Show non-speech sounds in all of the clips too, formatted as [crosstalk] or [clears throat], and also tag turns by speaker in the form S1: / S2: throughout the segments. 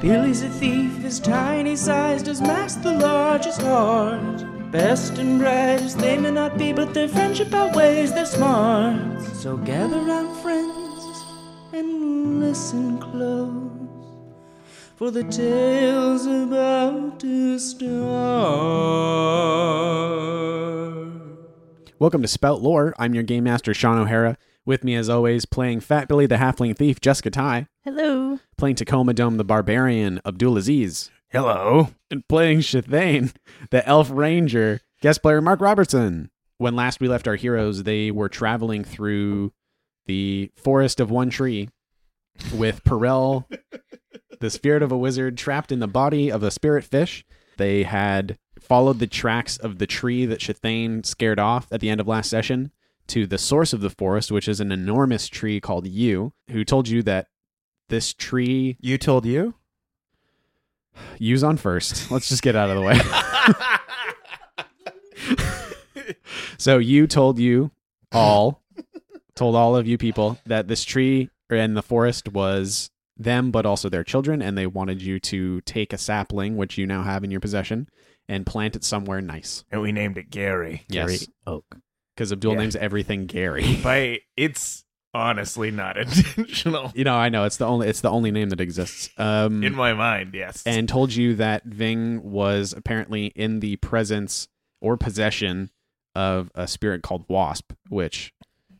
S1: Billy's a thief, his tiny size does mask the largest heart. Best and brightest they may not be, but their friendship outweighs their smarts. So gather round, friends, and listen close, for the tale's about to start.
S2: Welcome to Spout Lore. I'm your game master, Sean O'Hara. With me, as always, playing Fat Billy the Halfling Thief, Jessica Ty.
S3: Hello.
S2: Playing Tacoma Dome the Barbarian, Abdulaziz.
S4: Hello.
S2: And playing Shathane, the Elf Ranger, guest player Mark Robertson. When last we left our heroes, they were traveling through the forest of one tree with Perel, the spirit of a wizard, trapped in the body of a spirit fish. They had followed the tracks of the tree that Shathane scared off at the end of last session to the source of the forest, which is an enormous tree called Yu, who told you that this tree
S4: You told you?
S2: Yu's on first. Let's just get out of the way.
S4: [laughs]
S2: so you told you all told all of you people that this tree and the forest was them but also their children and they wanted you to take a sapling which you now have in your possession and plant it somewhere nice
S4: And we named it Gary.
S2: yes
S3: Oak.
S2: because abdul
S4: Yeah.
S2: names everything gary
S4: But it's honestly not [laughs] intentional.
S2: [laughs] you know i know it's the only it's the only name that exists um
S4: In my mind, yes.
S2: and told you that Ving was apparently in the presence or possession of a spirit called Wasp, which,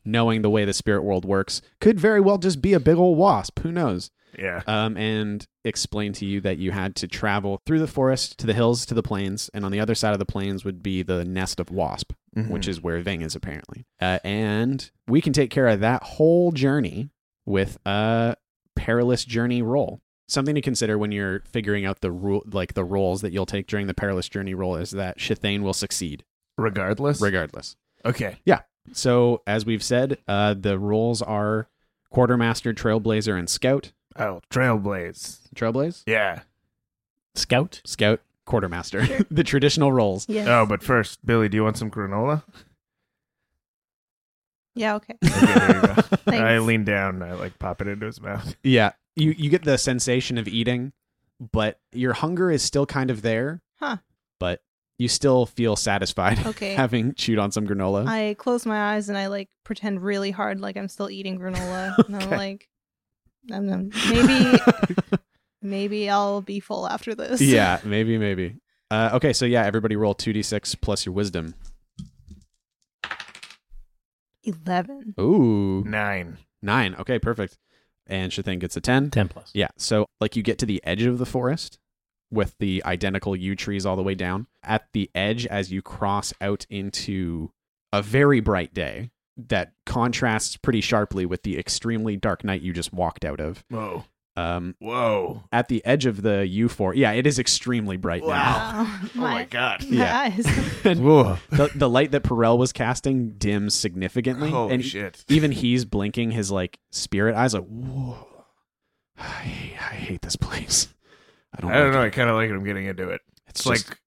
S2: knowing the way the spirit world works, could very well just be a big old wasp. Who knows?
S4: yeah.
S2: Um, and explained to you that you had to travel through the forest to the hills to the plains, and on the other side of the plains would be the nest of Wasp, which is where Ving is apparently. Uh, and we can take care of that whole journey with a perilous journey roll. Something to consider when you're figuring out the rule, like the roles that you'll take during the perilous journey roll, is that Shathane will succeed
S4: regardless.
S2: regardless.
S4: okay.
S2: So as we've said, uh, the roles are quartermaster, trailblazer, and scout.
S4: Oh, Trailblaze.
S2: Trailblaze,
S4: Yeah.
S3: Scout.
S2: scout, quartermaster, [laughs] the traditional roles.
S3: Yes.
S4: Oh, but first, Billy, do you want some
S2: [laughs]
S4: granola?
S3: yeah. Okay.
S4: Okay, there you go. I
S3: Thanks.
S4: lean down and I like pop it into his mouth.
S2: Yeah, you you get the sensation of eating, but your hunger is still kind of there.
S3: Huh.
S2: But you still feel satisfied [laughs]
S3: Okay.
S2: having chewed on some granola. [laughs]
S3: I close my eyes and I like pretend really hard like I'm still eating granola. And I'm
S2: Okay.
S3: like, nom, nom. maybe maybe I'll be full after this.
S2: yeah, maybe, maybe. Uh, okay, so yeah, everybody roll two d six plus your wisdom.
S3: Eleven.
S2: Ooh,
S4: Nine.
S2: nine. Okay, perfect. And Shathan gets a ten.
S5: 10 plus.
S2: Yeah. So, like, you get to the edge of the forest with the identical yew trees all the way down. At the edge, as you cross out into a very bright day that contrasts pretty sharply with the extremely dark night you just walked out of.
S4: Whoa.
S2: Um,
S4: Whoa.
S2: at the edge of the yew forest, yeah, it is extremely bright now.
S3: Wow.
S4: Oh my god.
S3: [laughs] my
S2: Yeah.
S3: eyes.
S4: Whoa.
S2: The, the light that Perel was casting dims significantly,
S4: Holy
S2: and
S4: shit.
S2: even he's blinking his like spirit eyes, like, "Whoa, I hate, I hate this place. I don't,
S4: I don't
S2: like
S4: know.
S2: it."
S4: I kind of like it. I'm getting into it.
S2: It's
S4: It's
S2: just-
S4: like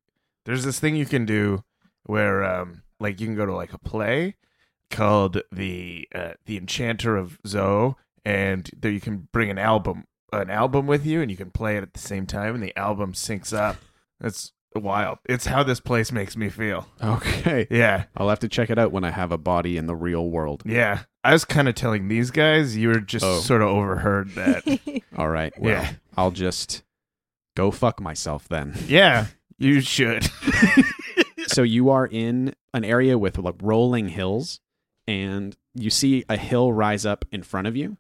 S4: there's this thing you can do where um like you can go to like a play called the uh, the Enchanter of Zoe, and there you can bring an album an album with you, and you can play it at the same time, and the album syncs up. That's wild. It's how this place makes me feel.
S2: [laughs] Okay.
S4: Yeah,
S2: I'll have to check it out when I have a body in the real world.
S4: yeah. I was kind of telling these guys. You were just
S2: Oh.
S4: sort of overheard that.
S3: [laughs]
S2: All right. Well,
S4: Yeah.
S2: I'll just go fuck myself
S4: [laughs]
S2: then.
S4: yeah, you should.
S2: so you are in an area with like rolling hills and you see a hill rise up in front of you.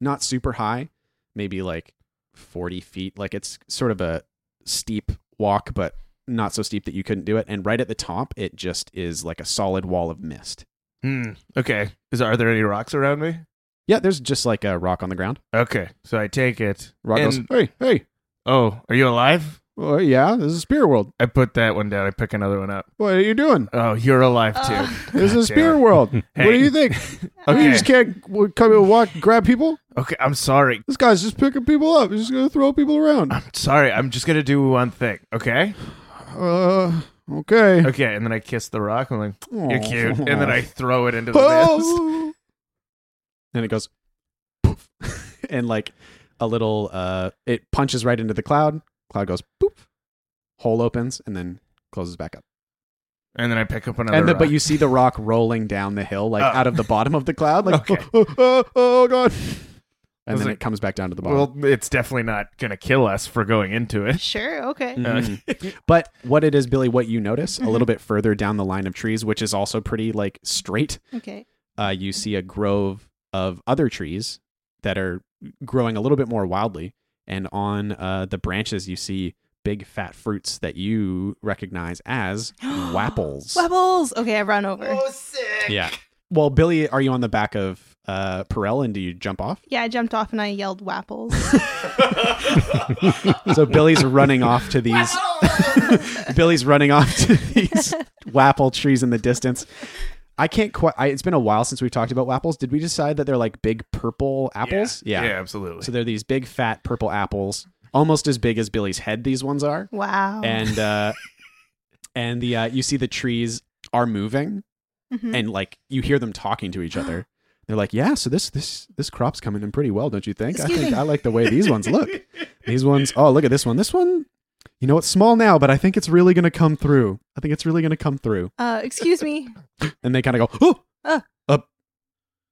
S2: Not super high, maybe like 40 feet. Like it's sort of a steep walk, but not so steep that you couldn't do it. And right at the top, it just is like a solid wall of mist.
S4: Hmm. okay. Is are there any rocks around me?
S2: Yeah, there's just like a rock on the ground.
S4: Okay, so I take it.
S2: Rock
S4: and-
S2: goes, hey, hey,
S4: Oh, are you alive?
S2: Well, yeah, this is Spirit World.
S4: I put that one down. I pick another one up.
S2: What are you doing?
S4: Oh, you're alive too.
S3: Uh.
S2: This is
S4: God [laughs] damn it.
S2: Spirit World. What do
S4: Hey.
S2: you think? You
S4: Okay.
S2: just can't w- come and walk, grab people.
S4: Okay, I'm sorry.
S2: This guy's just picking people up. He's just gonna throw people around.
S4: I'm sorry. I'm just gonna do one thing. Okay.
S2: Uh, okay.
S4: Okay. And then I kiss the rock. I'm like, you're
S2: Aw. [laughs]
S4: cute. And then I throw it into the mist.
S2: Oh! And it goes, [laughs] poof. and like a little, uh, it punches right into the cloud. Cloud goes boop, hole opens, and then closes back up.
S4: And then I pick up another.
S2: and the,
S4: rock.
S2: but you see the rock rolling down the hill, like
S4: Oh.
S2: out of the bottom of the cloud, like
S4: Okay.
S2: [laughs] oh, oh, oh, oh, god. And
S4: was
S2: then
S4: like,
S2: it comes back down to the bottom.
S4: Well, it's definitely not gonna kill us for going into it. Uh,
S3: Sure. Okay.
S4: Mm.
S2: Mhm. but what it is, Billy, what you notice a
S4: Mm-hmm.
S2: little bit further down the line of trees, which is also pretty like straight,
S3: Okay.
S2: uh, you see a grove of other trees that are growing a little bit more wildly. And on uh, the branches, you see big fat fruits that you recognize
S4: [gasps]
S2: as
S3: [gasps]
S2: wapples.
S3: Webbles. Okay, I run over.
S4: sick.
S2: Yeah. Well, Billy, are you on the back of uh, Perel and do you jump off?
S3: Yeah, I jumped off and I yelled wapples.
S2: So Billy's running off to these. [laughs] Billy's running off to these wapple trees in the distance. I can't quite. I, it's been a while since we've talked about wapples. Did we decide that they're like big purple apples?
S4: [laughs] Yeah. absolutely.
S2: So they're these big fat purple apples, almost as big as Billy's head. These ones are,
S3: wow.
S2: and uh, and the uh, you see the trees are moving,
S3: Mhm.
S2: and like you hear them talking to each
S3: [gasps]
S2: other. They're like, yeah, so this this this crop's coming in pretty well, don't you think?
S3: Excuse
S2: I think
S3: me.
S2: I like the way these
S3: [laughs]
S2: ones look. These ones, oh look at this one. This one, you know, it's small now, but I think it's really gonna come through. I think it's really gonna come through.
S3: uh, excuse me.
S2: And they kind of go, oh,
S3: Ah.
S2: a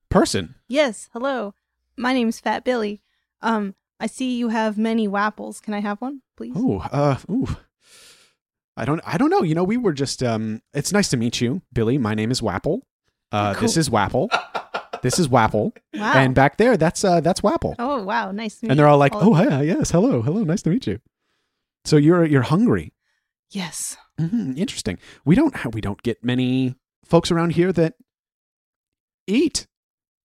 S2: person.
S3: Yes. Hello. My name's Fat Billy. Um, I see you have many wapples. Can I have one, please?
S2: Oh, uh, ooh. I don't, I don't know. You know, we were just. Um, it's nice to meet you, Billy. My name is Wapple. Uh, this
S3: Cool.
S2: is
S3: [laughs]
S2: Wapple. this is Wapple.
S3: Wow.
S2: And back there, that's uh, that's Wapple.
S3: oh wow. Nice. to meet
S2: and they're all like,
S3: all
S2: "Oh, hi, yes, hello, hello, nice to meet you." So you're you're hungry.
S3: Yes. [gasps]
S2: hmm interesting. We don't ha- we don't get many folks around here that eat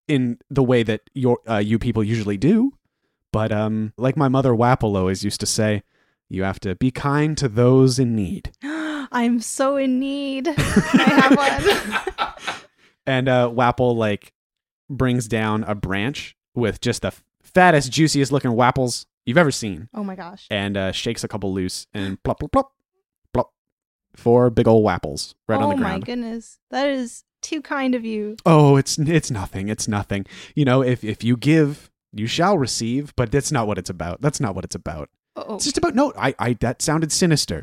S2: in the way that your uh, you people usually do. But um, like my mother Wapple always used to say, you have to be kind to those in need.
S3: I'm so in
S2: [laughs]
S3: need. Can I have one? [laughs]
S2: And uh, Wapple like brings down a branch with just the fattest, juiciest looking wapples you've ever seen.
S3: Oh my gosh.
S2: and uh, shakes a couple loose and plop plop plop plop four big old wapples right on
S3: oh
S2: the
S3: my
S2: ground.
S3: goodness. That is too kind of you.
S2: Oh, it's it's nothing. It's nothing. You know, if if you give, you shall receive. But that's not what it's about. That's not what it's about.
S3: Oh.
S2: It's just about no. I I that sounded
S3: [laughs]
S2: sinister.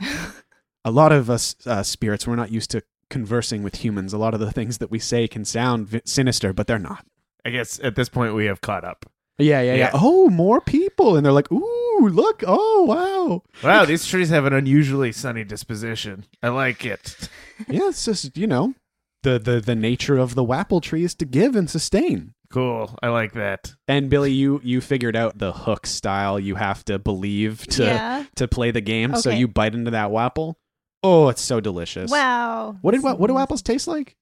S2: a lot of us uh, spirits, we're not used to conversing with humans. A lot of the things that we say can sound vi- sinister, but they're not.
S4: I guess at this point we have caught up.
S2: Yeah, yeah, yeah,
S4: Yeah.
S2: Oh, more people, and they're like, ooh, look, oh, wow.
S4: Wow, these trees have an unusually sunny disposition. I like it.
S2: yeah, it's just you know, the the the nature of the wapple tree is to give and sustain.
S4: Cool. I like that.
S2: And Billy, you you figured out the hook style. You have to believe to
S3: yeah.
S2: to play the game. So
S3: Okay.
S2: you bite into that wapple. Oh, it's so delicious.
S3: Wow. Mm.
S2: What did
S3: That's
S2: wa- what do
S3: amazing.
S2: apples taste like?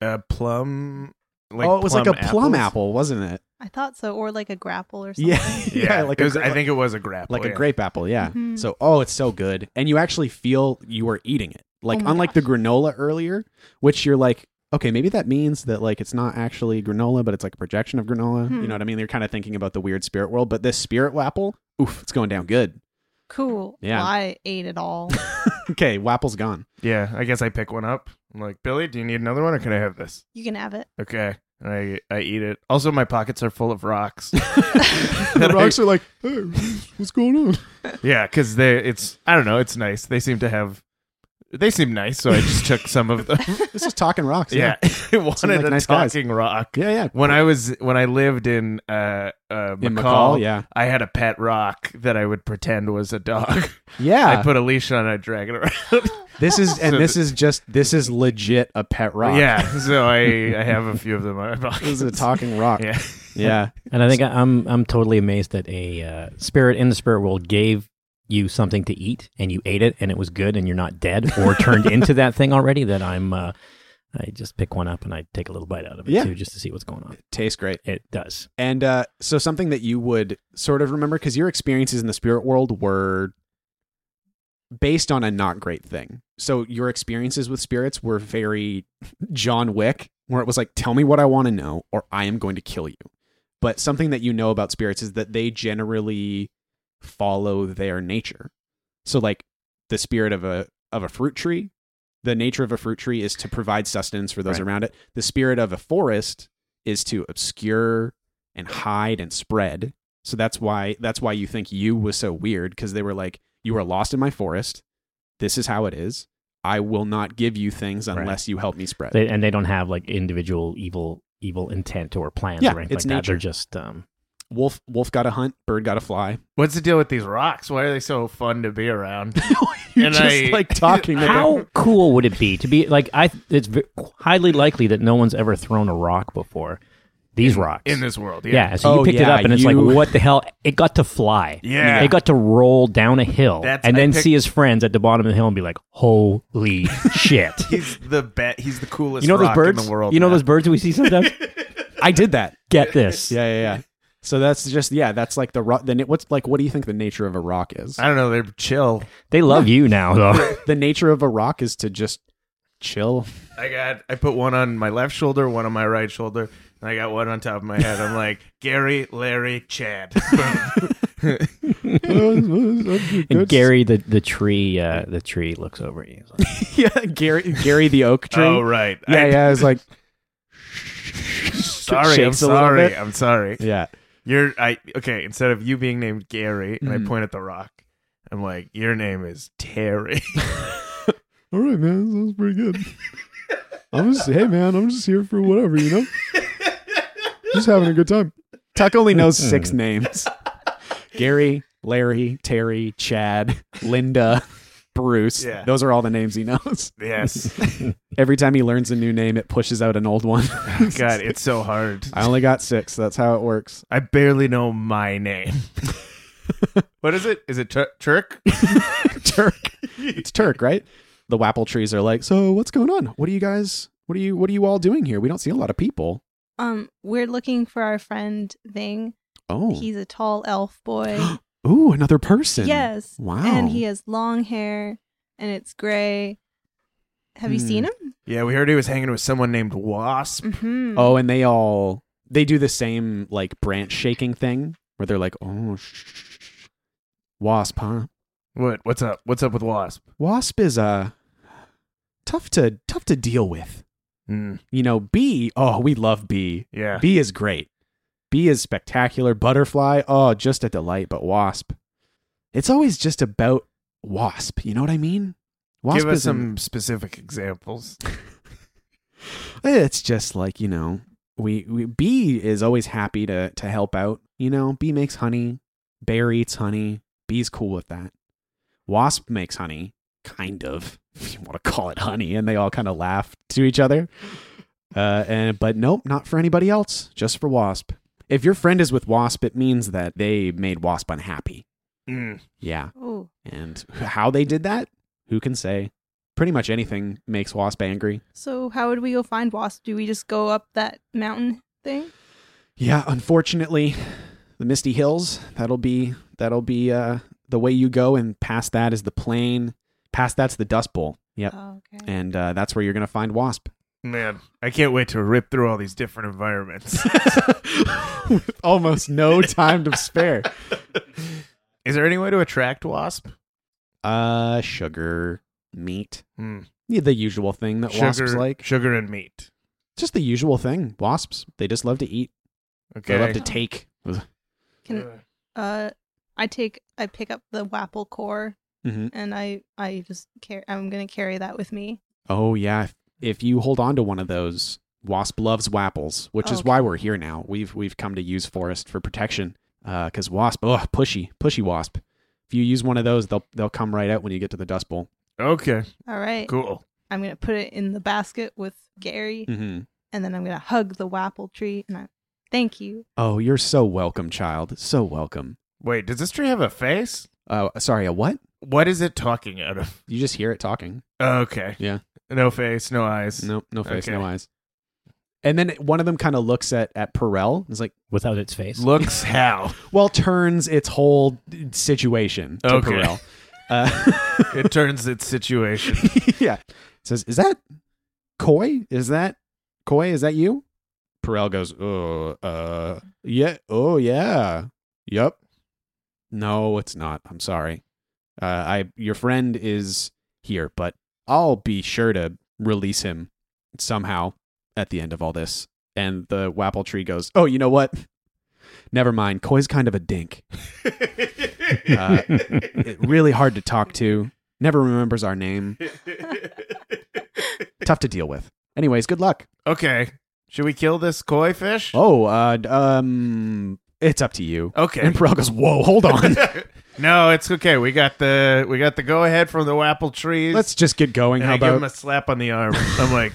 S4: Uh, plum. Like
S2: oh, it was like a plum
S4: apples?
S2: apple, wasn't it?
S3: I thought so, or like a grapple or something.
S2: [laughs] Yeah,
S4: [laughs] Yeah,
S2: like
S4: it was,
S2: a,
S4: I think it was a grapple.
S2: like a
S4: Oh, yeah.
S2: grape apple. Yeah.
S3: Mhm.
S2: So oh, it's so good, and you actually feel you are eating it. Like
S3: Oh my
S2: unlike
S3: gosh.
S2: the granola earlier, which you're like, okay, maybe that means that like it's not actually granola, but it's like a projection of granola. You
S3: Hmm.
S2: know what I mean? You're kind of thinking about the weird spirit world, but this spirit wapple, oof, it's going down good. [laughs]
S3: Cool.
S2: Yeah.
S3: Well, I ate
S2: [laughs]
S3: it all.
S2: Okay, wapple's
S4: [laughs]
S2: gone.
S4: Yeah, I guess I pick one up. I'm like, Billy, do you need another one or can I have this?
S3: You can have it.
S4: Okay. And I, I eat it. Also, my pockets are full
S2: [laughs]
S4: of rocks.
S2: the rocks are like, hey, what's going
S3: [laughs]
S2: on?
S4: yeah, because they, it's, I don't know, it's nice. They seem to have, they seem nice. So I just took
S2: [laughs]
S4: some of them. [laughs]
S2: This is talking rocks.
S4: yeah. I [laughs] wanted
S2: like
S4: a
S2: nice guys.
S4: talking rock.
S2: yeah, yeah. yeah.
S4: When I was, when I lived in, uh, uh,
S2: In
S4: McCall,
S2: McCall, yeah,
S4: I had a pet rock that I would pretend was a dog. [laughs] I
S2: yeah.
S4: put a leash on, I drag it around.
S2: [laughs] this is
S4: [laughs]
S2: and
S4: So
S2: this is just this is legit a pet rock.
S4: Yeah, so
S2: [laughs]
S4: I I have a few of them on my box.
S2: this is a talking rock.
S4: [laughs] Yeah,
S2: yeah.
S5: And I think I- I'm I'm totally amazed that a uh, spirit in the spirit world gave you something to eat and you ate it and it was good and you're not dead
S2: [laughs]
S5: or turned into that thing already. That I'm uh, I just pick one up and I take a little bite out of it
S2: Yeah.
S5: too just to see what's going on.
S2: Tastes great.
S5: It does.
S2: And uh, so something that you would sort of remember because your experiences in the spirit world were based on a not great thing. So your experiences with spirits were very John Wick, where it was like, tell me what I want to know, or I am going to kill you. But something that you know about spirits is that they generally follow their nature. So like the spirit of a of a fruit tree, the nature of a fruit tree is to provide sustenance for those
S4: Right.
S2: around it. The spirit of a forest is to obscure and hide and spread. So that's why that's why you think you was so weird because they were like you are lost in my forest. This is how it is. I will not give you things
S5: Right.
S2: unless you help me spread.
S5: They, and they don't have like individual evil evil intent or plans
S2: Yeah,
S5: or anything
S2: it's
S5: like that.
S2: nature.
S5: They're just um,
S2: wolf wolf got to hunt, bird got to fly. [laughs]
S4: What's the deal with these rocks? Why are they so fun to be around?
S2: You're
S4: And
S2: just
S4: I-
S2: like
S4: [laughs]
S2: talking. about-
S5: How cool would it be to be like I? It's v- highly likely that no one's ever thrown a rock before. These rocks
S4: in this world. Yeah.
S5: Yeah, so you
S2: Oh,
S5: picked it
S2: yeah,
S5: up, and it's
S2: you-
S5: like, what the hell? It got to fly.
S4: Yeah.
S5: it got to roll down a hill,
S4: That's-
S5: and
S4: I
S5: then
S4: picked-
S5: see his friends at the bottom of the hill and be like,
S4: [laughs]
S5: "Holy shit!"
S4: He's the bet. He's the coolest.
S5: you know those
S4: rock
S5: birds?
S4: in the world.
S5: you know
S4: man.
S5: those birds we see
S4: [laughs]
S5: sometimes?
S2: I did that.
S5: Get this.
S2: Yeah, yeah, yeah. So that's just yeah. That's like the rock. Then it, what's like? What do you think the nature of a rock is?
S4: I don't know. They're chill.
S5: They love you
S4: [laughs]
S5: now, though.
S2: The nature of a rock is to just chill.
S4: I got. I put one on my left shoulder, one on my right shoulder, and I got one on top of my head. I'm like Gary, Larry, Chad. Oh, Boom.
S5: and Gary, the, the tree, uh, the tree looks over at you. He's like,
S2: yeah, [laughs] Gary, Gary the oak tree.
S4: oh right.
S2: Yeah,
S4: I,
S2: yeah. It's like
S4: [laughs] Sorry. I'm
S2: shakes a little
S4: sorry.
S2: bit.
S4: I'm sorry.
S2: yeah.
S4: You're. I okay. Instead of you being named Gary, and
S2: Mhm.
S4: I point at the rock. I'm like, your name is Terry. [laughs]
S2: All right, man. Sounds pretty good. I'm just hey, man. I'm just here for whatever, you know. Just having a good time. Tuck only knows [laughs] six names: Gary, Larry, Terry, Chad, Linda, Bruce.
S4: Yeah.
S2: Those are all the names he knows.
S4: yes.
S2: Every time he learns a new name, it pushes out an old one.
S4: God, it's so hard.
S2: I only got six. That's how it works.
S4: I barely know my name. [laughs] what is it? Is it Tur- Turk?
S2: Turk. It's Turk, right? The Wapple trees are like, so what's going on? What are you guys? What are you? What are you all doing here? We don't see a lot of people.
S3: Um, we're looking for our friend thing.
S2: Oh,
S3: He's a tall elf
S2: [gasps]
S3: boy. [gasps]
S2: ooh, another person.
S3: yes.
S2: Wow.
S3: And he um, has long hair and it's gray. Have you
S2: Hmm.
S3: seen him?
S4: Yeah, we heard he was hanging with someone named Wasp.
S3: Mm-hmm.
S2: Oh, and they all they do the same like branch shaking thing where they're like, oh, sh- sh- sh- wasp, huh?
S4: What? What's up? What's up with Wasp?
S2: Wasp is uh, tough to tough to deal with.
S4: Mm,
S2: You know, bee. Oh, we love bee.
S4: yeah.
S2: Bee is great. Bee is spectacular. Butterfly, oh, just a delight. But wasp, it's always just about wasp. You know what I mean? Wasp
S4: Give us
S2: is an-
S4: some specific examples.
S2: it's just like you know, we, we bee is always happy to to help out. You know, bee makes honey. Bear eats honey. Bee's cool with that. Wasp makes honey, kind of. [laughs] If you want to call it honey, and they all kind of laugh to each other. Uh, and but nope, not for anybody else. Just for wasp. If your friend is with wasp, it means that they made wasp unhappy.
S4: Mm.
S2: Yeah.
S3: Ooh.
S2: And how they did that, who can say? Pretty much anything makes wasp angry.
S3: So how would we go find Wasp? Do we just go up that mountain thing?
S2: Yeah, unfortunately, the Misty Hills, that'll be that'll be uh the way you go and past that is the plain, past that's the Dust Bowl. Yep.
S3: Oh, okay.
S2: And uh, that's where you're going to find wasp. [laughs]
S4: Man, I can't wait to rip through all these different
S2: [laughs]
S4: environments.
S2: With almost no time to
S4: [laughs]
S2: spare.
S4: Is there any way to attract Wasp?
S2: Uh sugar, meat.
S4: Mm.
S2: Yeah, the usual thing that wasps
S4: Sugar,
S2: like.
S4: sugar and meat.
S2: Just the usual thing. Wasps, they just love to eat.
S4: Okay.
S2: They love to take.
S3: Can uh I take I pick up the Wapple core
S2: Mhm.
S3: and I I just care I'm gonna carry that with me.
S2: Oh yeah, if, if you hold on to one of those, Wasp loves wapples, which is
S3: Okay.
S2: why we're here now. We've we've come to use forest for protection because wasp, oh pushy, pushy wasp. If you use one of those, they'll they'll come right out when you get to the dust bowl.
S4: okay.
S3: All right.
S4: Cool.
S3: I'm gonna put it in the basket with Gary
S2: Mm-hmm.
S3: and then I'm gonna hug the Wapple tree and I thank you.
S2: Oh, you're so welcome, child. So welcome.
S4: Wait, does this tree have a face?
S2: Uh, sorry, a what?
S4: What is it talking out of?
S2: You just hear it talking.
S4: Okay.
S2: Yeah.
S4: No face, no eyes.
S2: No, no face, no
S4: Okay.
S2: eyes. And then one of them kind of looks at at Perel. It's like,
S5: without its
S2: [laughs]
S5: face.
S4: Looks how?
S2: well, turns its whole situation to
S4: Okay. [laughs]
S2: Perel. Uh, [laughs]
S4: It turns its situation.
S2: yeah. Says, is that Coy? Is that Coy? Is that you? Perel goes, oh, uh, yeah. Oh, yeah. Yep. No, it's not. I'm sorry. Uh, I your friend is here, but I'll be sure to release him somehow at the end of all this. And the Wapple tree goes, oh, you know what? Never mind. Coy's kind of a dink. Uh, it- really hard to talk to. Never remembers our name. Tough to deal with. Anyways, good luck.
S4: [laughs] okay. Should we kill this koi fish?
S2: Oh, uh, d- um, it's up to you.
S4: Okay.
S2: And Perel goes, whoa, hold
S4: [laughs]
S2: on. [laughs]
S4: no, it's okay. We got the we got the go ahead from the Wapple trees.
S2: let's just get going.
S4: and
S2: How
S4: I give him
S2: about,
S4: a slap on the arm. I'm like,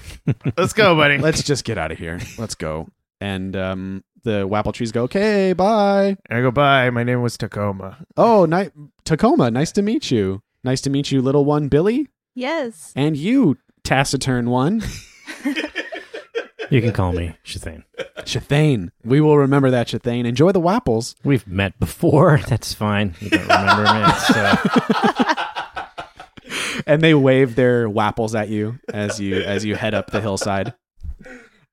S4: let's go,
S2: [laughs]
S4: buddy.
S2: let's just get out of here. Let's go. And, um, the Wapple trees go, okay, bye.
S4: And I go, bye. My name was Tacoma.
S2: Oh, ni- Tacoma, nice to meet you. Nice to meet you, little one, Billy. [laughs]
S3: Yes. [laughs]
S2: And you, taciturn
S4: [laughs]
S2: one,
S5: You can call me Shathane.
S2: Chathane. We will remember that, Chathane. Enjoy the Wapples.
S5: We've met before. [laughs] That's fine. You don't remember me. It's, uh,
S2: and they wave their wapples at you as you as you head up the hillside.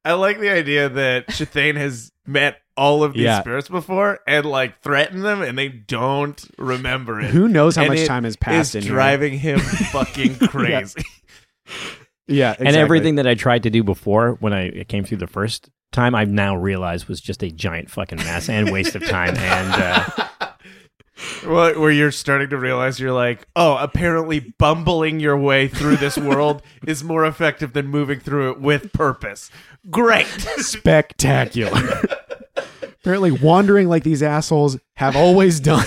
S4: I like the idea that Chathane has met all of these
S2: Yeah.
S4: spirits before and like threatened them, and they don't remember it.
S2: Who knows how
S4: And
S2: much
S4: it
S2: time has passed
S4: is
S2: in [laughs]
S4: driving him fucking crazy.
S2: here. Yeah,
S5: And
S2: exactly.
S5: everything that I tried to do before when I came through the first time, I've now realized was just a giant fucking mess and waste of [laughs] time. And uh,
S4: Well, where you're starting to realize you're like, oh, apparently bumbling your way through [laughs] this world is more effective than moving through it with purpose. Great. [laughs]
S2: spectacular. Apparently, wandering like these assholes have always done,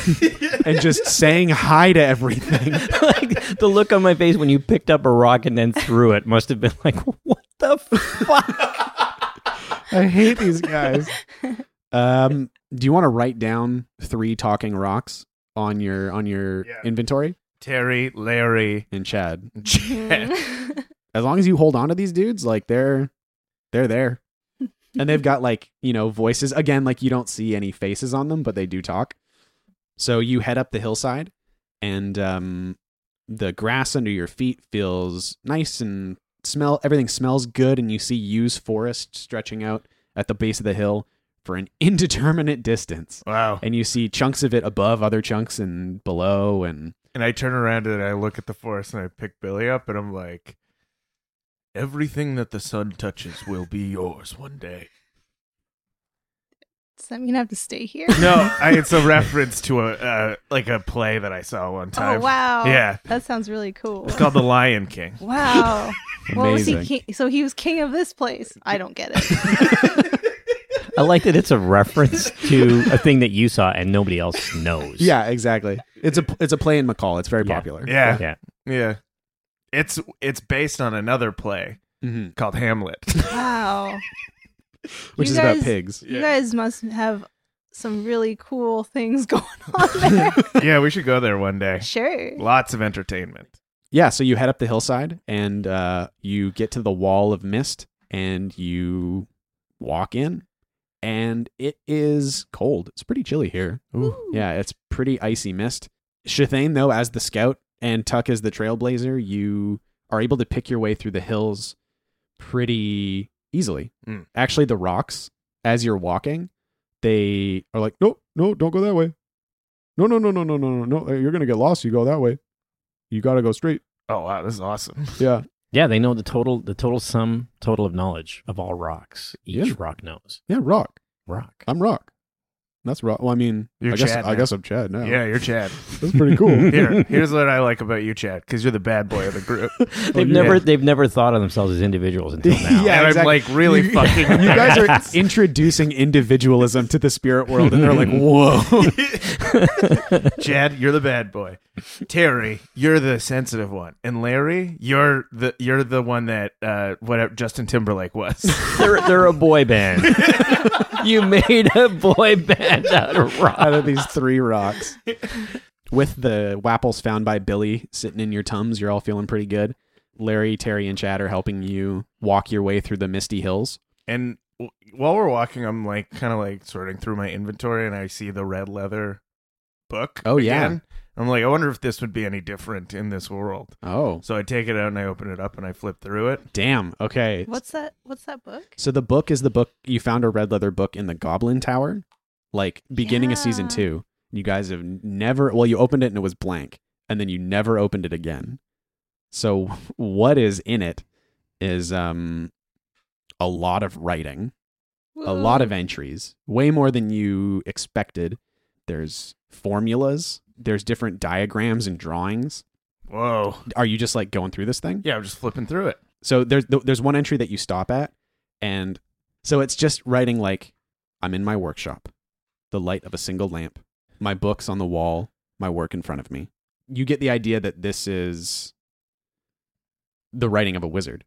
S2: and just saying hi to everything.
S5: like the look on my face when you picked up a rock and then threw it must have been [laughs] like, what the fuck?
S2: I hate these guys. Um, do you want to write down three talking rocks on your on your
S4: Yeah.
S2: inventory?
S4: Terry, Larry,
S2: And Chad, [laughs]
S4: Chad.
S2: as long as you hold on to these dudes, like they're they're there. And they've got like, you know, voices. Again, like you don't see any faces on them, but they do talk. So you head up the hillside and um the grass under your feet feels nice and smell everything smells good and you see yews forest stretching out at the base of the hill for an [laughs] indeterminate distance.
S4: Wow.
S2: And you see chunks of it above other chunks and below and
S4: And I turn around and I look at the forest and I pick Billy up and I'm like, everything that the sun touches will be yours one day.
S3: Does that mean I have to
S2: [laughs]
S3: stay here?
S4: [laughs] No, I, it's a reference to a uh, like a play that I saw one time.
S3: Oh wow.
S4: Yeah.
S3: That sounds really cool.
S4: It's called The Lion King.
S3: [laughs] Wow. Well, was he
S2: Amazing.
S3: king? So he was king of this place. I don't get it.
S4: [laughs]
S5: I like that it's a reference to a thing that you saw and nobody else knows.
S2: Yeah, exactly. It's a it's a play in McCall. It's very
S5: Yeah.
S2: popular.
S4: Yeah.
S5: Yeah.
S4: Yeah. It's it's based on another play
S2: Mm-hmm.
S4: called Hamlet.
S2: [laughs]
S3: Wow.
S2: Which
S3: You
S2: is
S3: guys-
S2: about pigs.
S3: You
S4: Yeah.
S3: guys must have some really cool things [laughs] going on
S4: [laughs]
S3: there. [laughs]
S4: yeah, we should go there
S2: [laughs]
S4: one day.
S3: sure.
S4: Lots of entertainment.
S2: yeah so you head up the hillside and uh, you get to the wall of mist and you walk in and it is cold it's pretty chilly here
S3: Ooh.
S2: yeah it's pretty icy mist shathane though as the scout and tuck as the trailblazer you are able to pick your way through the hills pretty easily
S4: Mm.
S2: actually the rocks as you're walking they are like no no don't go that way no no no no no no no no you're gonna get lost you go that way you gotta go straight
S4: Oh wow, this is awesome.
S2: yeah
S5: Yeah, they know the total the total sum total of knowledge of all rocks. Each
S2: Yeah.
S5: rock knows.
S2: Yeah, Rock.
S5: Rock.
S2: I'm Rock. That's Rock. Well, I mean,
S4: You're
S2: I guess
S4: Chad
S2: I
S4: now.
S2: guess I'm Chad now.
S4: Yeah, you're Chad.
S2: that's pretty
S4: [laughs]
S2: cool.
S4: Here, here's what I like about you, Chad, because you're the bad boy of the group.
S5: they've
S2: Oh, yeah.
S5: never they've never thought of themselves as individuals until now.
S2: [laughs] Yeah,
S4: and
S2: exactly.
S4: I'm like really
S2: You- [laughs]
S4: fucking.
S2: you guys
S4: [laughs]
S2: are introducing individualism to the spirit world, and they're like, "Whoa,
S4: Chad, you're the bad boy. Terry, you're the sensitive one, and Larry, you're the you're the one that uh whatever Justin Timberlake was.
S2: [laughs]
S5: they're, they're a boy band. [laughs] you made a boy band out of rock.
S2: out of these three rocks." With the wapples found by Billy sitting in your tums, you're all feeling pretty good. Larry, Terry, and Chad are helping you walk your way through the misty hills.
S4: and w- while we're walking, I'm like kind of like sorting through my inventory, and I see the red leather book.
S2: Oh, yeah.
S4: again. I'm like, I wonder if this would be any different in this world.
S2: Oh,
S4: So I take it out and I open it up and I flip through it.
S2: damn. Okay.
S3: What's that? What's that book?
S2: So the book is the book you found a red leather book in the Goblin Tower, like beginning of season
S3: Yeah.
S2: two. You guys have never well, you opened it and it was blank, and then you never opened it again. So [laughs] what is in it is um a lot of writing, a lot of entries, way more than you expected. There's formulas, there's different diagrams and drawings.
S4: Whoa.
S2: Are you just like going through this thing?
S4: Yeah, I'm just flipping through it.
S2: So there's th- there's one entry that you stop at, and so it's just writing like I'm in my workshop, the light of a single lamp, my books on the wall, my work in front of me. You get the idea that this is the writing of a [laughs] wizard.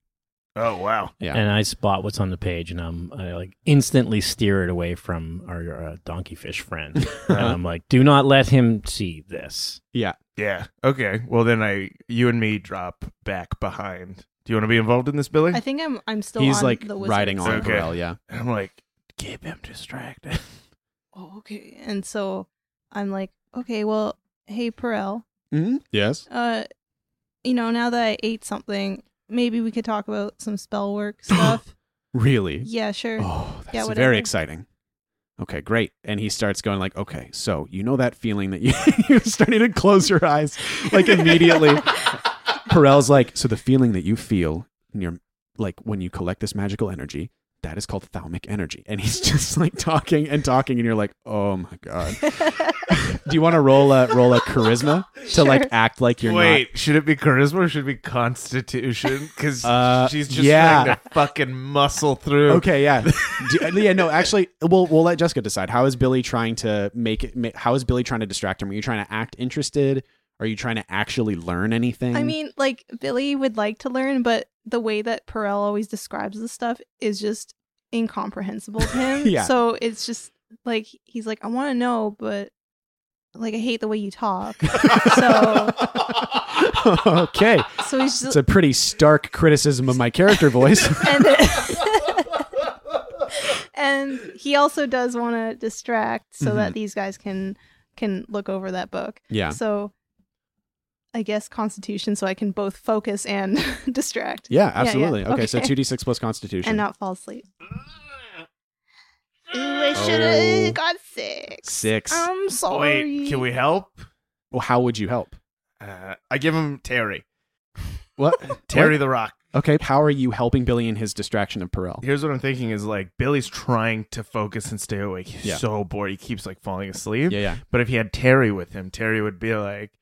S4: Oh wow.
S2: Yeah.
S5: And I spot what's on the page, and I'm I like instantly steer it away from our uh, donkey fish friend. [laughs] and
S2: Um,
S5: I'm like, do not let him see this.
S4: Yeah. Okay. Well then I you and me drop back behind. Do you want to be involved in this, Billy?
S3: I think I'm. I'm still.
S2: [laughs] He's
S3: on
S2: like
S3: the wizards.
S2: riding on
S4: Okay.
S2: Corel, yeah.
S4: and I'm like, keep him [laughs] distracted.
S3: Oh, okay. And so I'm like, okay, well, hey, Perel,
S2: Mm-hmm. Yes.
S3: uh, you know, now that I ate something, maybe we could talk about some
S2: [gasps]
S3: spell work stuff.
S2: Really?
S3: yeah, sure.
S2: Oh, that's
S3: whatever.
S2: very exciting. Okay, great. And he starts going like, okay, so you know that feeling that you, [laughs] you're starting to close your eyes like
S3: [laughs]
S2: immediately. Perel's like, so the feeling that you feel in your like when you collect this magical energy, that is called thalamic energy. And he's [laughs] just like talking and talking, and you're like, oh my god.
S3: [laughs]
S2: Do you want to roll a roll a charisma Oh. to like
S3: Sure.
S2: act like you're
S4: Wait, should it be charisma or should it be [laughs] constitution? Because
S2: Uh,
S4: she's just
S2: yeah.
S4: trying to fucking muscle through.
S2: not? Okay, yeah, Do- yeah. No, actually, we'll we'll let Jessica decide. How is Billy trying to make it? ma- How is Billy trying to distract him? Are you trying to act interested? Are you trying to actually learn anything?
S3: I mean, like, Billy would like to learn, but the way that Perel always describes this stuff is just incomprehensible to
S2: [laughs]
S3: him.
S2: Yeah.
S3: So it's just like, he's like, I want to know, but like, I hate the way you talk. so,
S2: [laughs] okay, [laughs]
S3: so he's just,
S2: it's a pretty stark criticism of my character
S3: [laughs]
S2: voice. [laughs]
S3: and and he also does want to distract so that these guys can can look over that book.
S2: Mm-hmm. yeah.
S3: So I guess Constitution, so I can both focus and [laughs] distract
S2: Yeah, absolutely. Okay, so
S3: Okay.
S2: 2d6 plus constitution.
S3: and uh, not fall [gasps] asleep. Ooh, I should
S2: Oh.
S3: have got six.
S2: Six.
S3: I'm
S4: [laughs]
S3: sorry.
S4: Wait, can we help?
S2: well, how would you help?
S4: Uh, I give him Terry.
S2: What?
S4: Terry the Rock.
S2: Okay, how are you helping Billy in his distraction of Perel?
S4: Here's what I'm thinking is like Billy's trying to focus and stay awake. He's
S2: Yeah.
S4: so bored. He keeps like falling asleep. [laughs]
S2: Yeah, yeah.
S4: But if he had Terry with him, Terry would be like,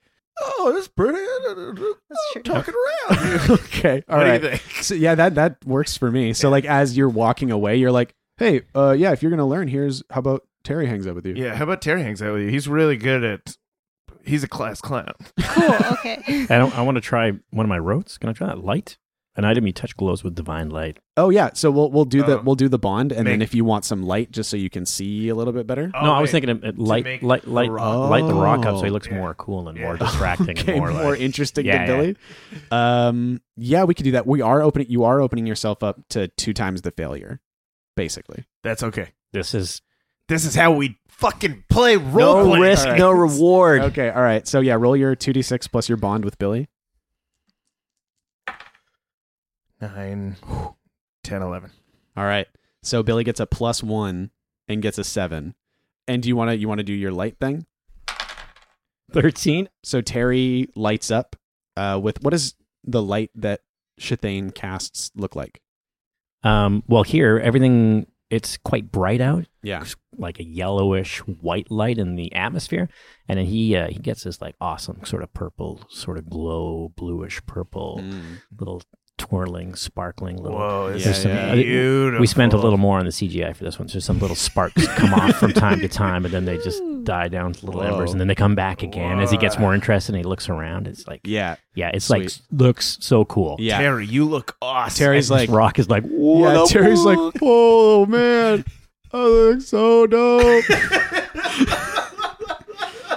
S4: "Oh, that's pretty. That's
S3: true.
S4: uh,
S3: [laughs]
S4: Talking around. [laughs]
S5: [laughs]
S2: okay, all
S4: what
S2: right.
S4: do you think?
S2: So, yeah, that that works for me. So like as you're walking away, you're like, "Hey, uh yeah, if you're going to learn, here's how about Terry hangs out with you."
S4: Yeah. How about Terry hangs out with you? He's really good at. He's a class
S5: [laughs]
S4: clown.
S3: Cool. [laughs] Okay.
S5: I don't. I want to try one of my rotes. Can I try that light? An item you touch glows with divine light.
S2: Oh yeah, so we'll we'll do the
S4: Oh.
S2: we'll do the bond and then
S4: Make-
S2: if you want some light just so you can see a little bit
S4: [laughs]
S2: better.
S5: no, I was
S4: Oh, wait.
S5: thinking of uh, light,
S4: make
S5: light,
S4: the
S5: light,
S4: rock-
S5: light the rock up so he looks
S4: Yeah.
S5: more cool and more
S4: Yeah. [laughs]
S5: distracting.
S2: Okay,
S5: and
S2: more,
S5: more, like-
S2: interesting
S5: Yeah,
S2: than Billy. Um yeah, we could do that. We are opening you are opening yourself up to two times the failure basically.
S4: That's okay.
S5: This is
S4: This is how we fucking play role
S5: no
S4: play.
S5: risk,
S4: All right.
S5: no reward.
S2: Okay, all right. So yeah, roll your two d six plus your bond with Billy.
S4: Nine, ten, eleven.
S2: All right. So Billy gets a plus one and gets a seven. And do you want to you want to do your light thing?
S5: Thirteen.
S2: So Terry lights up uh, with what does the light that Shethane casts look like?
S5: Um, well, here everything it's quite bright out.
S2: Yeah.
S5: like a yellowish white light in the atmosphere, and then he uh, he gets this like awesome sort of purple, sort of glow, bluish purple,
S2: Mm.
S5: little twirling, sparkling little.
S4: Whoa, this
S2: Yeah,
S4: is
S2: yeah.
S4: beautiful.
S5: We spent a little more on the CGI for this one, so some little sparks come off from time to time, and then they just die down to little
S2: Whoa.
S5: embers, and then they come back again as he gets
S4: Whoa.
S5: more interested and he looks around. It's like,
S2: Yeah.
S5: yeah, it's like
S2: Sweet.
S5: looks so cool.
S2: Yeah.
S4: Terry, you look awesome.
S2: Terry's like,
S5: Like, Rock is like,
S2: yeah.
S5: whoa,
S2: Terry's like, oh man, I look so dope.
S5: [laughs]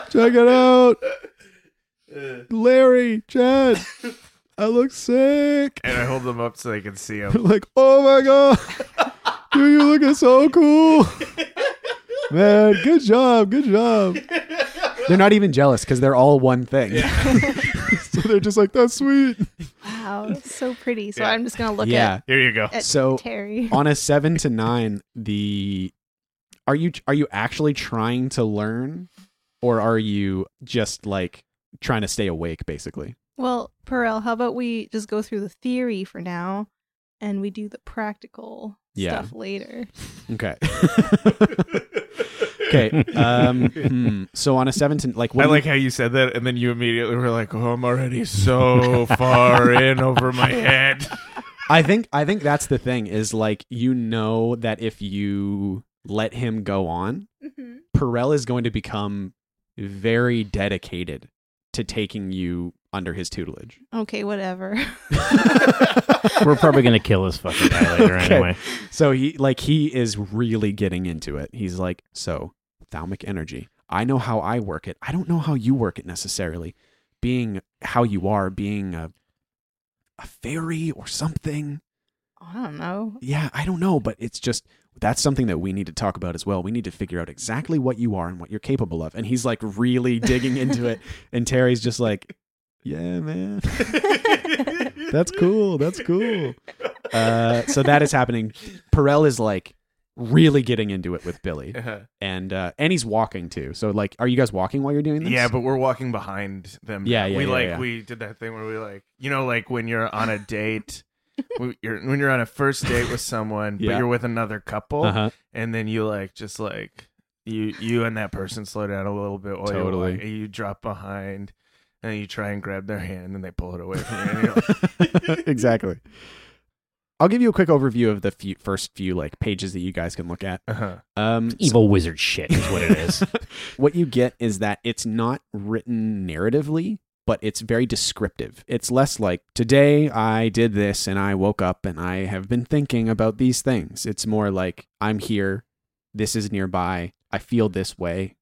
S2: Check it out, Larry, Chad. I look sick.
S4: and I hold them up so they can see him.
S5: [laughs]
S2: like, oh my god, dude, you looking so cool, man. Good job, good job. They're not even jealous because they're all one thing. [laughs] so they're just like, that's sweet.
S3: Wow, it's so pretty. So
S4: Yeah.
S3: I'm just gonna look
S2: yeah.
S4: Here you go.
S3: at, at
S2: So-
S3: Terry.
S2: On a seven to nine, the are you are you actually trying to learn, or are you just like trying to stay awake? Basically,
S3: [laughs] Well, Perel, how about we just go through the theory for now, and we do the practical
S2: Yeah.
S3: stuff later.
S2: okay. [laughs]
S4: [laughs]
S5: [laughs]
S2: okay. Um, hmm. So on a seven to like,
S4: I
S2: what do you-
S4: like how you said that, and then you immediately were like, "Oh, I'm already so [laughs] far in over my head." [laughs]
S2: I think I think that's the thing is like you know that if you let him go on,
S3: Mm-hmm.
S2: Perel is going to become very dedicated to taking you under his tutelage.
S3: Okay,
S2: [laughs]
S3: whatever.
S5: We're probably gonna kill this fucking guy
S2: [laughs]
S5: later
S2: Okay.
S5: anyway.
S2: So he like he is really getting into it. He's like, so thalamic energy. I know how I work it. I don't know how you work it necessarily. Being how you are, being a a fairy or something.
S3: [laughs] I don't [laughs] know.
S2: yeah, I don't know, but it's just that's something that we need to talk about as well. We need to figure out exactly what you are and what you're capable of. And he's like really digging into it, and Terry's just like, "Yeah, man, that's cool, that's cool." Uh, so that is happening. Perel is like really getting into it with Billy, and uh, and he's walking too. So like, are you guys walking while you're doing this?
S4: Yeah, but we're walking behind them.
S2: Yeah, yeah,
S4: We
S2: yeah,
S4: like
S2: yeah.
S4: we did that thing where we like you know like when you're on
S2: [laughs]
S4: a date, when you're when you're on a first date with someone,
S2: Yeah.
S4: but you're with another couple,
S2: uh-huh.
S4: and then you like just like you you and that person slow down a little bit. While you
S2: Totally.
S4: walk- you drop behind, and you try and grab their hand, and they pull it away from you.
S2: [laughs]
S4: And you're like, [laughs]
S2: exactly. I'll give you a quick overview of the few, first few like pages that you guys can look at.
S4: uh-huh.
S2: Um,
S5: Evil wizard shit is what
S2: [laughs]
S5: it is.
S2: what you get is that it's not written narratively, but it's very descriptive. It's less like, today I did this and I woke up and I have been thinking about these things. It's more like, I'm here, this is nearby, I feel this way.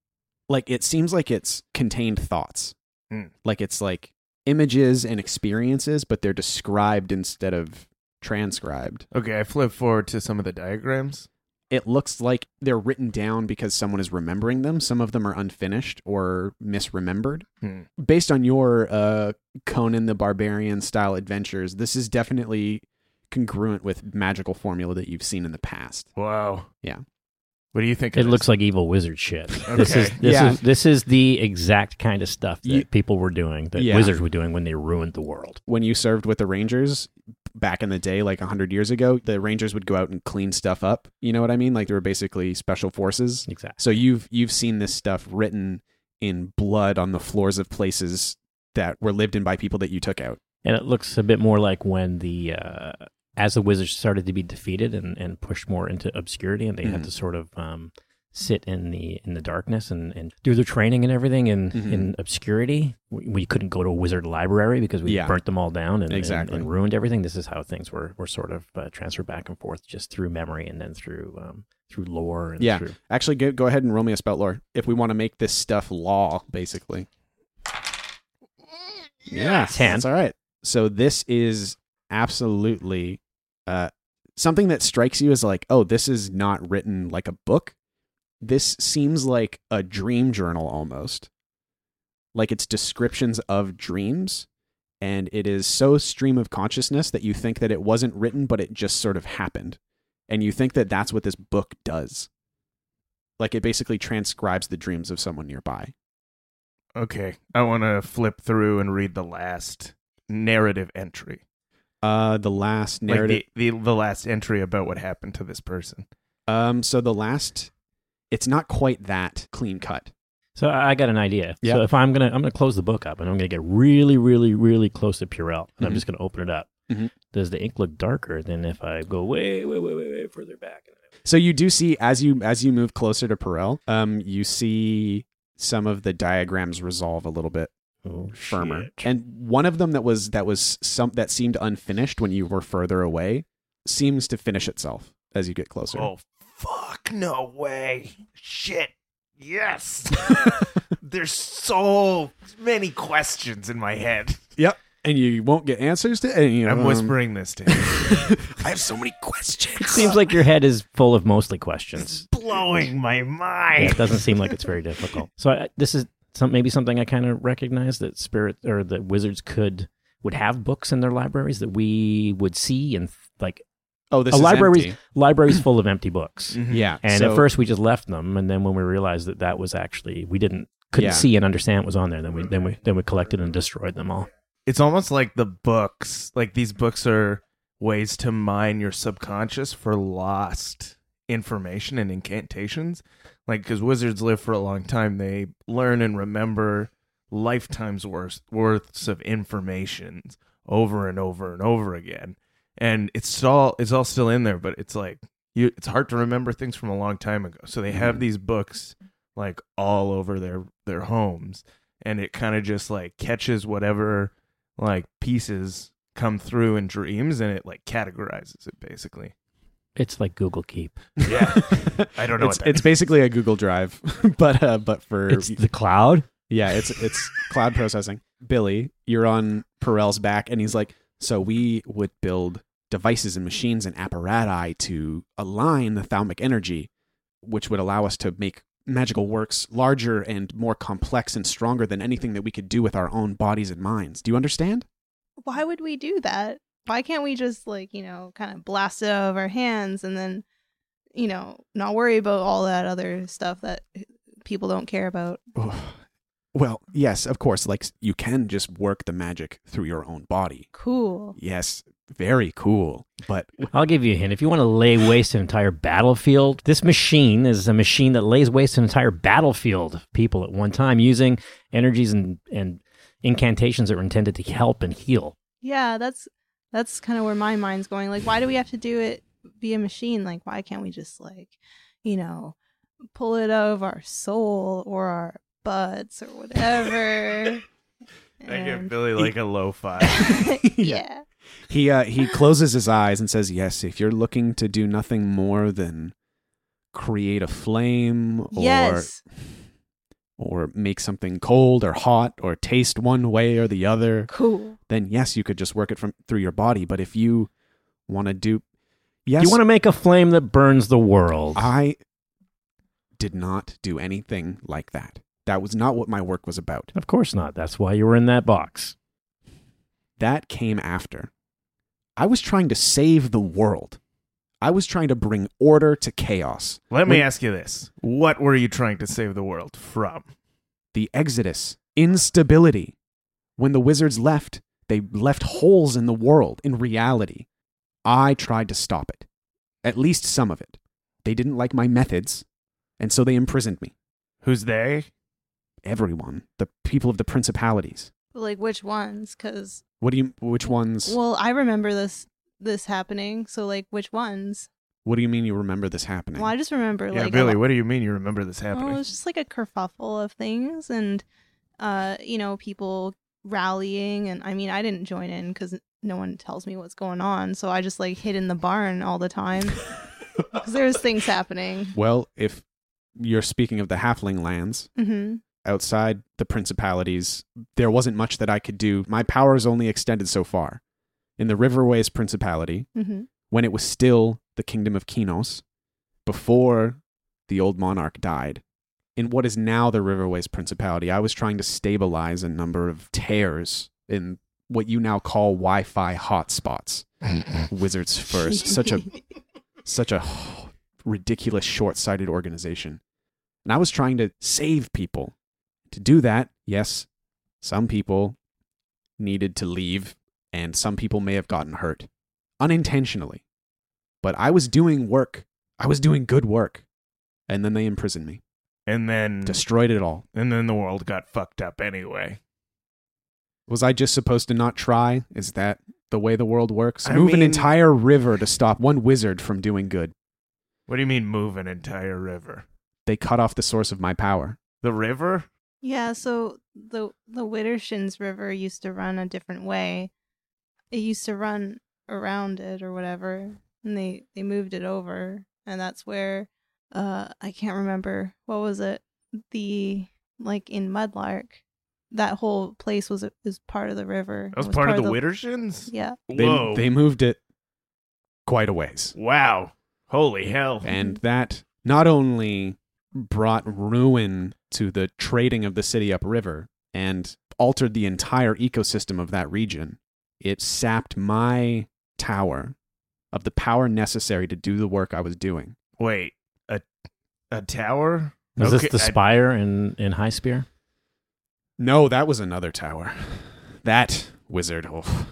S2: Like, it seems like it's contained thoughts.
S4: Mm.
S2: Like, it's like images and experiences, but they're described instead of transcribed.
S4: Okay, I flip forward to some of the diagrams.
S2: it looks like they're written down because someone is remembering them. Some of them are unfinished or misremembered.
S4: Hmm.
S2: Based on your uh, Conan the Barbarian style adventures, this is definitely congruent with magical formula that you've seen in the past.
S4: Wow.
S2: Yeah.
S4: What do you think?
S5: It looks like evil wizard shit. This
S4: Okay.
S5: is this
S2: Yeah.
S5: is this is the exact kind of stuff that
S2: You-
S5: people were doing, that
S2: Yeah.
S5: wizards were doing when they ruined the world.
S2: When you served with the Rangers back in the day, like 100 years ago, the Rangers would go out and clean stuff up. You know what I mean? Like they were basically special forces.
S5: Exactly.
S2: So you've you've seen this stuff written in blood on the floors of places that were lived in by people that you took out.
S5: And it looks a bit more like when the uh, as the wizards started to be defeated and, and pushed more into obscurity, and they had
S2: Mhm.
S5: to sort of um, sit in the in the darkness and, and do their training and everything in,
S2: Mhm.
S5: in obscurity. We, we couldn't go to a wizard library because we
S2: Yeah.
S5: burnt them all down and, and-
S2: Exactly.
S5: and, ruined everything. This is how things were were sort of uh, transferred back and forth just through memory and then through um, through lore. And
S2: Yeah.
S5: Through,
S2: Actually, go, go ahead and roll me a spout lore if we want to make this stuff law, basically. Yeah,
S5: Ten.
S2: That's all right. So this is absolutely uh, something that strikes you as like, oh, this is not written like a book. This seems like a dream journal almost. Like it's descriptions of dreams. And it is so stream of consciousness that you think that it wasn't written, but it just sort of happened. And you think that that's what this book does like it basically transcribes the dreams of someone nearby.
S4: okay. I want to flip through and read the last narrative entry,
S2: Uh, the last narrative.
S4: like the, the the last entry about what happened to this person.
S2: um, so the last, it's not quite that clean cut.
S5: So I I got an idea.
S2: Yeah.
S5: So if I'm gonna I'm gonna close the book up and I'm gonna get really, really, really close to Purell and
S2: Mhm.
S5: I'm just gonna open it up.
S2: Mhm.
S5: Does the ink look darker than if I go way, way, way, way, way further back?
S2: So you do see as you as you move closer to Perel, um, you see some of the diagrams resolve a little bit
S5: Oh,
S2: firmer.
S5: shit.
S2: And one of them that was that was some that seemed unfinished when you were further away seems to finish itself as you get closer.
S4: Oh fuck! No way! Shit!
S2: [laughs]
S4: Yes. There's so many questions in my head.
S2: And you won't get answers to any of
S4: I'm
S2: them.
S4: whispering this to him.
S2: [laughs] I have so many questions.
S5: It seems like your head is
S2: [laughs]
S5: full of mostly questions.
S4: Blowing my
S5: Yeah,
S4: mind.
S5: it doesn't seem like it's very difficult. So I, this is some maybe something I kind of recognize that spirit or that wizards could would have books in their libraries that we would see and like
S2: Oh, this
S5: a
S2: is
S5: library's
S2: empty.
S5: library's full of
S2: [clears throat]
S5: empty books.
S4: Mhm.
S2: Yeah.
S5: And
S2: so-
S5: at first we just left them, and then when we realized that that was actually we didn't couldn't
S2: Yeah. Mm-hmm.
S5: see and understand what was on there, then we then we then we collected and destroyed them all.
S4: It's almost like the books. Like these books are ways to mine your subconscious for lost information and incantations. Like because wizards live for a long time, they learn and remember lifetimes worth worths of information over and over and over again. And it's all it's all still in there, but it's like you it's hard to remember things from a long time ago. So they have these books like all over their their homes and it kind of just like catches whatever like pieces come through in dreams and it like categorizes it basically.
S5: It's like Google Keep.
S4: Yeah. [laughs] [laughs] I don't know
S2: It's,
S4: what that
S2: it's basically a Google Drive, [laughs] but uh, but for
S5: It's the cloud.
S2: yeah, it's it's cloud processing. Billy, you're on Perel's back, and he's like, so we would build devices and machines and apparati to align the thalamic energy, which would allow us to make magical works larger and more complex and stronger than anything that we could do with our own bodies and minds. Do you understand?
S3: Why would we do that? Why can't we just like, you know, kind of blast it out of our hands and then, you know, not worry about all that other stuff that eh, people don't care about?
S2: Well, yes, of course. Like you can just work the magic through your own body.
S3: Cool.
S2: Yes, very cool. But
S5: I'll give you a hint. If you want to lay waste an entire battlefield, this machine is a machine that lays waste an entire battlefield of people at one time using energies and, and incantations that were intended to help and heal.
S3: Yeah, that's that's kind of where my mind's going. Like, why do we have to do it via machine? Like, why can't we just like, you know, pull it out of our soul or our butts or whatever?
S4: I give [laughs]
S3: And- [laughs]
S4: Billy like a low five.
S3: yeah.
S2: He uh, he closes his eyes and says, "Yes, if you're looking to do nothing more than create a flame or
S3: Yes.
S2: or make something cold or hot or taste one way or the other,
S3: Cool.
S2: then yes, you could just work it from through your body. But if you want to do, yes,
S5: You want to make a flame that burns the world.
S2: I did not do anything like that. That was not what my work was about.
S5: of course not. That's why you were in that box.
S2: That came after. I was trying to save the world. I was trying to bring order to chaos.
S4: [laughs] Let me
S2: When-
S4: ask you this. What were you trying to save the world from?
S2: the exodus, instability. When the wizards left, they left holes in the world, in reality. I tried to stop it, at least some of it. They didn't like my methods, and so they imprisoned me.
S4: Who's they?
S2: Everyone, the people of the principalities.
S3: But, like, which ones? Because
S2: What do you, which ones,
S3: well, I remember this this happening. So like, which ones?
S2: what do you mean you remember this happening?
S3: Well, I just remember
S4: Mm. yeah,
S3: like
S4: Billy,
S3: a, Oh,
S4: what do you mean you remember this happening?
S3: Well, it was just like a kerfuffle of things, and uh, you know, people rallying, and I mean, I didn't join in because no one tells me what's going on, so I just like hid in the barn all the time
S4: [laughs]
S3: [laughs] because there was things happening.
S2: Well, if you're speaking of the halfling lands,
S3: hmm
S2: outside the principalities, there wasn't much that I could do. My powers only extended so far. In the Riverways Principality,
S3: hmm
S2: when it was still the Kingdom of Kinos, before the old monarch died, in what is now the Riverways Principality, I was trying to stabilize a number of tears in what you now call Wi Fi hotspots. Wizards first. Such a such a ridiculous short-sighted organization and i was trying to save people to do that yes some people needed to leave and some people may have gotten hurt unintentionally but i was doing work i was doing good work and then they imprisoned me
S4: and then
S2: destroyed it all
S4: and then the world got fucked up anyway.
S2: was i just supposed to not try is that the way the world works
S4: I
S2: move an
S4: mean-
S2: entire river to stop one wizard from doing good
S4: What do you mean move an entire river?
S2: they cut off the source of my power
S4: The river?
S3: Yeah, so the the Wittershins River used to run a different way. It used to run around it or whatever, and they they moved it over, and that's where uh I can't remember what was it the like in Mudlark, that whole place was was part of the river.
S4: That was,
S3: It
S4: part, of the Wittershins?
S3: [laughs] Yeah,
S2: they,
S4: Whoa.
S2: they moved it quite a ways.
S4: wow. Holy hell.
S2: And that not only brought ruin to the trading of the city upriver and altered the entire ecosystem of that region. It sapped my tower of the power necessary to do the work I was doing.
S4: Wait, a a tower?
S5: Is
S4: Okay,
S5: this the
S4: I-
S5: spire in, in High Spear?
S2: No, that was another tower. [laughs] That wizard. Oh.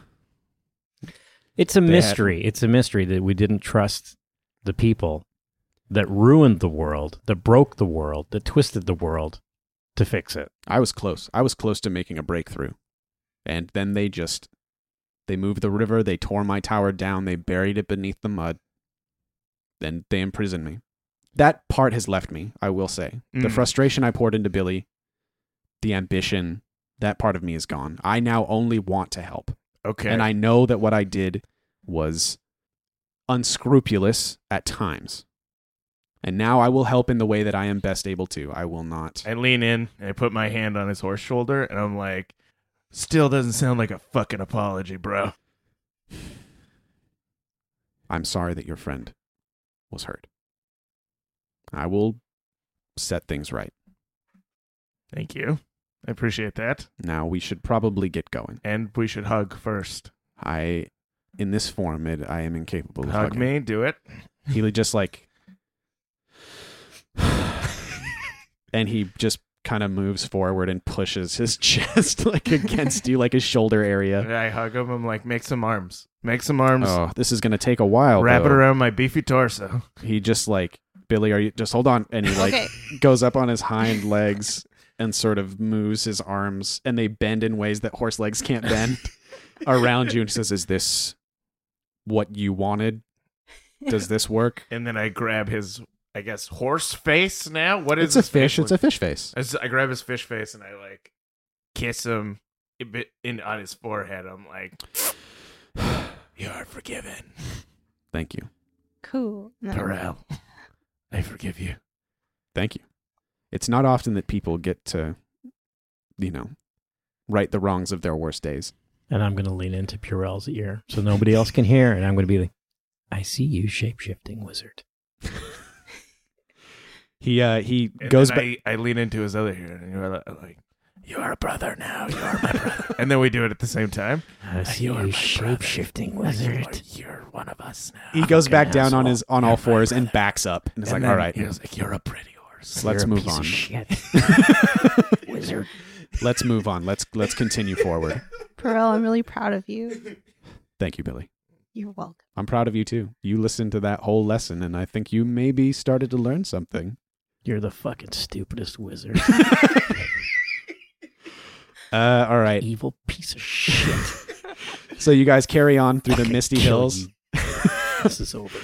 S5: It's a
S2: They had-
S5: mystery. It's a mystery that we didn't trust the people that ruined the world, that broke the world, that twisted the world to fix it.
S2: I was close. I was close to making a breakthrough. And then they just they moved the river, they tore my tower down, they buried it beneath the mud. Then they imprisoned me. That part has left me, I will say. The
S4: Mm.
S2: frustration I poured into Billy, the ambition, that part of me is gone. I now only want to help.
S4: Okay.
S2: And I know that what I did was unscrupulous at times. And now I will help in the way that I am best able to. I will not.
S4: I lean in and I put my hand on his horse shoulder and I'm like, still doesn't sound like a fucking apology, bro.
S2: I'm sorry that your friend was hurt. I will set things right.
S4: Thank you. I appreciate that.
S2: Now we should probably get going.
S4: And we should hug first.
S2: I, in this form, it, I am incapable of
S4: hug
S2: hugging.
S4: me, do it.
S2: He would just
S4: [laughs]
S2: like, and he just kind of moves forward and pushes his [laughs] chest like against you, like his shoulder area.
S4: [laughs] And I hug him. I'm like, make some arms. Make some arms.
S2: Oh, this is gonna take a while.
S4: Wrap it
S2: though.
S4: around my beefy torso.
S2: He just like Billy, are you just hold on? And he like
S3: okay.
S2: goes up on his hind legs and sort of moves his arms and they bend in ways that horse legs can't
S4: [laughs]
S2: bend around you and says is this what you wanted does this work
S4: And then I grab his, I guess, horse face now? What is
S2: it's a fish it's a fish face
S4: I, s- I grab his fish face and I like kiss him a bit in on his forehead. I'm like, [sighs] you are forgiven,
S2: thank you
S3: Cool. No.
S4: Perel. I forgive you.
S2: thank you it's not often that people get to you know right the wrongs of their worst days
S5: And I'm going to lean into Purell's ear so nobody else can hear. And I'm going to be like, I see you shapeshifting wizard.
S2: he uh he
S4: And
S2: goes
S4: then
S2: back
S4: [laughs] I, I lean into his other ear and you're li- like, you are a brother now. You [laughs] are my brother. and then we do it at the same time.
S5: I see you, shapeshifting wizard.
S4: You're one of us now.
S2: he goes
S5: fucking
S2: back down on
S5: asshole.
S2: his on all
S4: You're my
S2: fours and
S4: brother.
S2: backs up and it's
S4: And
S2: like all
S4: then
S2: right
S4: [laughs] He was like, you're a pretty horse.
S2: Let's
S5: You're a
S2: move
S5: piece of
S2: on. [laughs]
S5: shit. wizard.
S2: let's move on let's let's continue forward
S3: Perel, I'm really proud of you.
S2: thank you billy
S3: You're welcome.
S2: I'm proud of you too. You listened to that whole lesson, and I think you maybe started to learn something.
S5: You're the fucking stupidest
S2: [laughs]
S5: wizard.
S2: Uh, all right.
S5: Evil piece of shit.
S2: So you guys carry on through the
S5: Fucking
S2: misty
S5: kill
S2: hills.
S5: you. [laughs] this is over.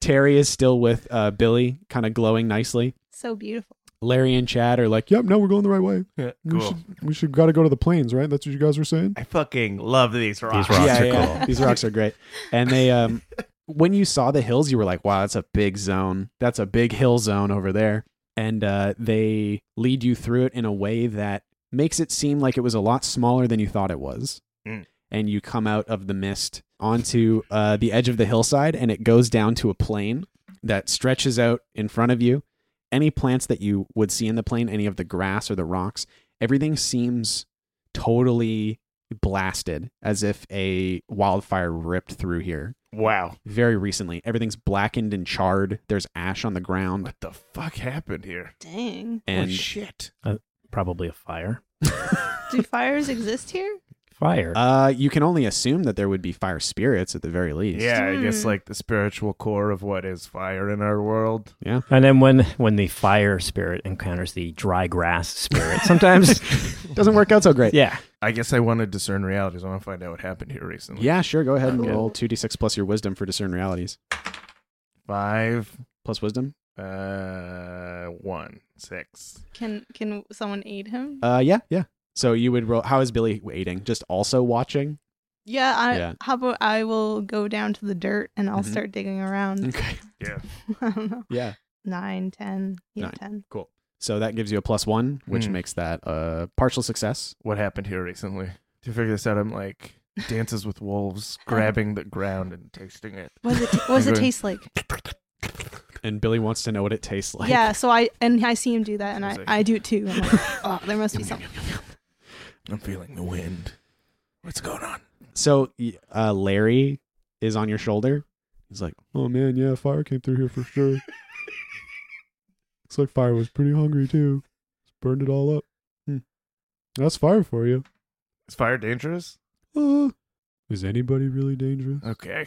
S2: Terry is still with uh, Billy, kind of glowing nicely.
S3: So beautiful.
S2: Larry and Chad are like, "Yep, no, we're going the right way.
S4: [laughs] Yeah,
S2: We
S4: cool.
S2: should, we should got to go to the plains, right? That's what you guys were saying."
S4: I fucking love these rocks.
S5: rocks
S2: yeah,
S5: are
S2: yeah.
S5: cool.
S2: These rocks are great. And they, um, when you saw the hills, you were like, wow, that's a big zone. That's a big hill zone over there. And uh, they lead you through it in a way that makes it seem like it was a lot smaller than you thought it was.
S4: Mm.
S2: And you come out of the mist onto uh, the edge of the hillside, and it goes down to a plain that stretches out in front of you. Any plants that you would see in the plain, any of the grass or the rocks, everything seems totally blasted as if a wildfire ripped through here
S4: Wow.
S2: very recently. Everything's blackened and charred. There's ash on the ground.
S4: What the fuck happened here?
S3: Dang.
S2: And
S4: oh, shit.
S5: Probably a fire.
S3: Do fires exist here?
S5: Fire.
S2: uh, you can only assume that there would be fire spirits at the very least.
S4: Yeah, I guess
S3: Hmm.
S4: like the spiritual core of what is fire in our world.
S5: and then when when the fire spirit encounters the dry grass spirit, [laughs] sometimes
S2: Doesn't work out so great.
S5: yeah.
S4: I guess I want to discern realities. I want to find out what happened here recently.
S2: Yeah, sure. Go ahead and
S4: Okay.
S2: roll 2d6 plus your wisdom for discern realities.
S4: Five,
S2: Plus wisdom?
S4: uh, one, six.
S3: Can can someone aid him?
S2: Uh, yeah, yeah. So you would roll. How is Billy waiting? Just also watching?
S3: yeah, I
S2: yeah.
S3: how about I will go down to the dirt and I'll
S2: Mhm.
S3: start digging around.
S2: Okay.
S4: Yeah.
S3: [laughs] I don't know.
S2: Yeah.
S3: Nine, ten. Yeah,
S2: Nine.
S3: ten.
S2: Cool. So that gives you a plus one, which
S4: Hmm.
S2: makes that a partial success.
S4: What happened here recently? To figure this out, I'm like dances with
S3: [laughs]
S4: wolves, grabbing the ground and tasting it.
S3: What does it, ta- what does it
S4: Okay.
S3: taste like?
S2: and Billy wants to know what it tastes [laughs] like. [laughs]
S3: yeah, so I and I see him do that, and I,
S4: Sounds like-
S3: I do it too. I'm like, [laughs] oh, there must be something.
S4: I'm feeling the wind. What's going on?
S2: So y- uh, Larry is on your shoulder. He's like, "Oh man, yeah, fire came through here for sure. Looks like fire was pretty hungry too. Just burned it all up. Hmm. That's fire for you.
S4: Is fire dangerous?
S2: Uh, is anybody really dangerous?
S4: Okay.